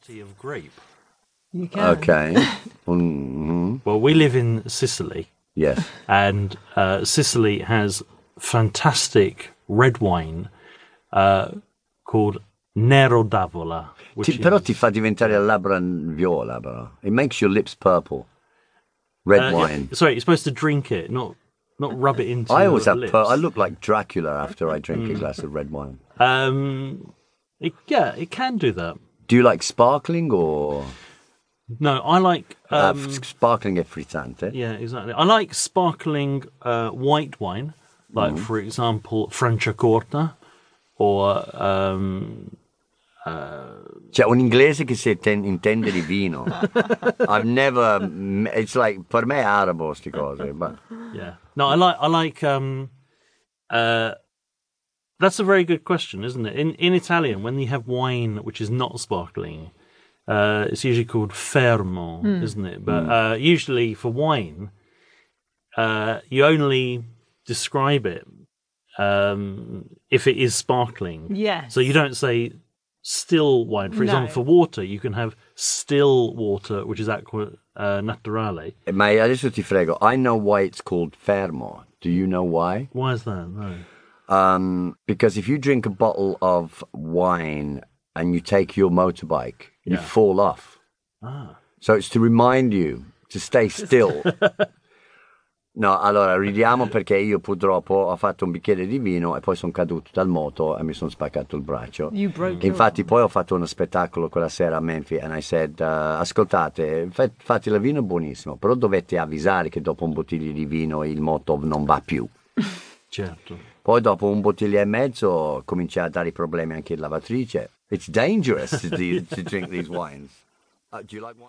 variety of grape. You can. Okay. hmm Well, we live in Sicily, Yes. and uh, Sicily has fantastic red wine uh, called Nero d'Avola. Which Ti- però is- uh, ti fa diventare la labbra viola, però. It makes your lips purple. Red uh, yeah, wine. sorry, you're supposed to drink it, not not rub it into. I always your have. lips. Mm. Pur- I look like Dracula after I drink a glass of red wine. Um, it, yeah, it can do that. Do you like sparkling or No, I like. uh, Um, f- sparkling e frizzante? yeah, exactly. I like sparkling uh, white wine, like Mm-hmm. for example Franciacorta, or um, C'è un inglese che si atten- intende di vino. I've never. m- It's like per me è arabo sti cose, ma Yeah. No, I like I like um uh that's a very good question, isn't it? In in Italian, when you have wine which is not sparkling, uh it's usually called fermo, Hmm. isn't it? But uh usually for wine, uh you only describe it um if it is sparkling. Yes. So you don't say still wine. For example, No. for water, you can have still water, which is acqua uh, naturale. ma adesso ti frego. I know why it's called fermo. Do you know why? Why is that? No. Um, because if you drink a bottle of wine and you take your motorbike, you Yeah. fall off. Ah. So it's to remind you to stay still. No, allora ridiamo perché io purtroppo ho fatto un bicchiere di vino e poi sono caduto dal moto e mi sono spaccato il braccio. You broke. your- Infatti poi ho fatto uno spettacolo quella sera a Memphis and I said uh, ascoltate, fa- fate il vino buonissimo, però dovete avvisare che dopo un bottiglio di vino il moto non va più. Certo. Poi dopo un bottiglia e mezzo comincia a dare problemi anche in lavatrice. It's dangerous to, do- to drink these wines. Uh, do you like wine?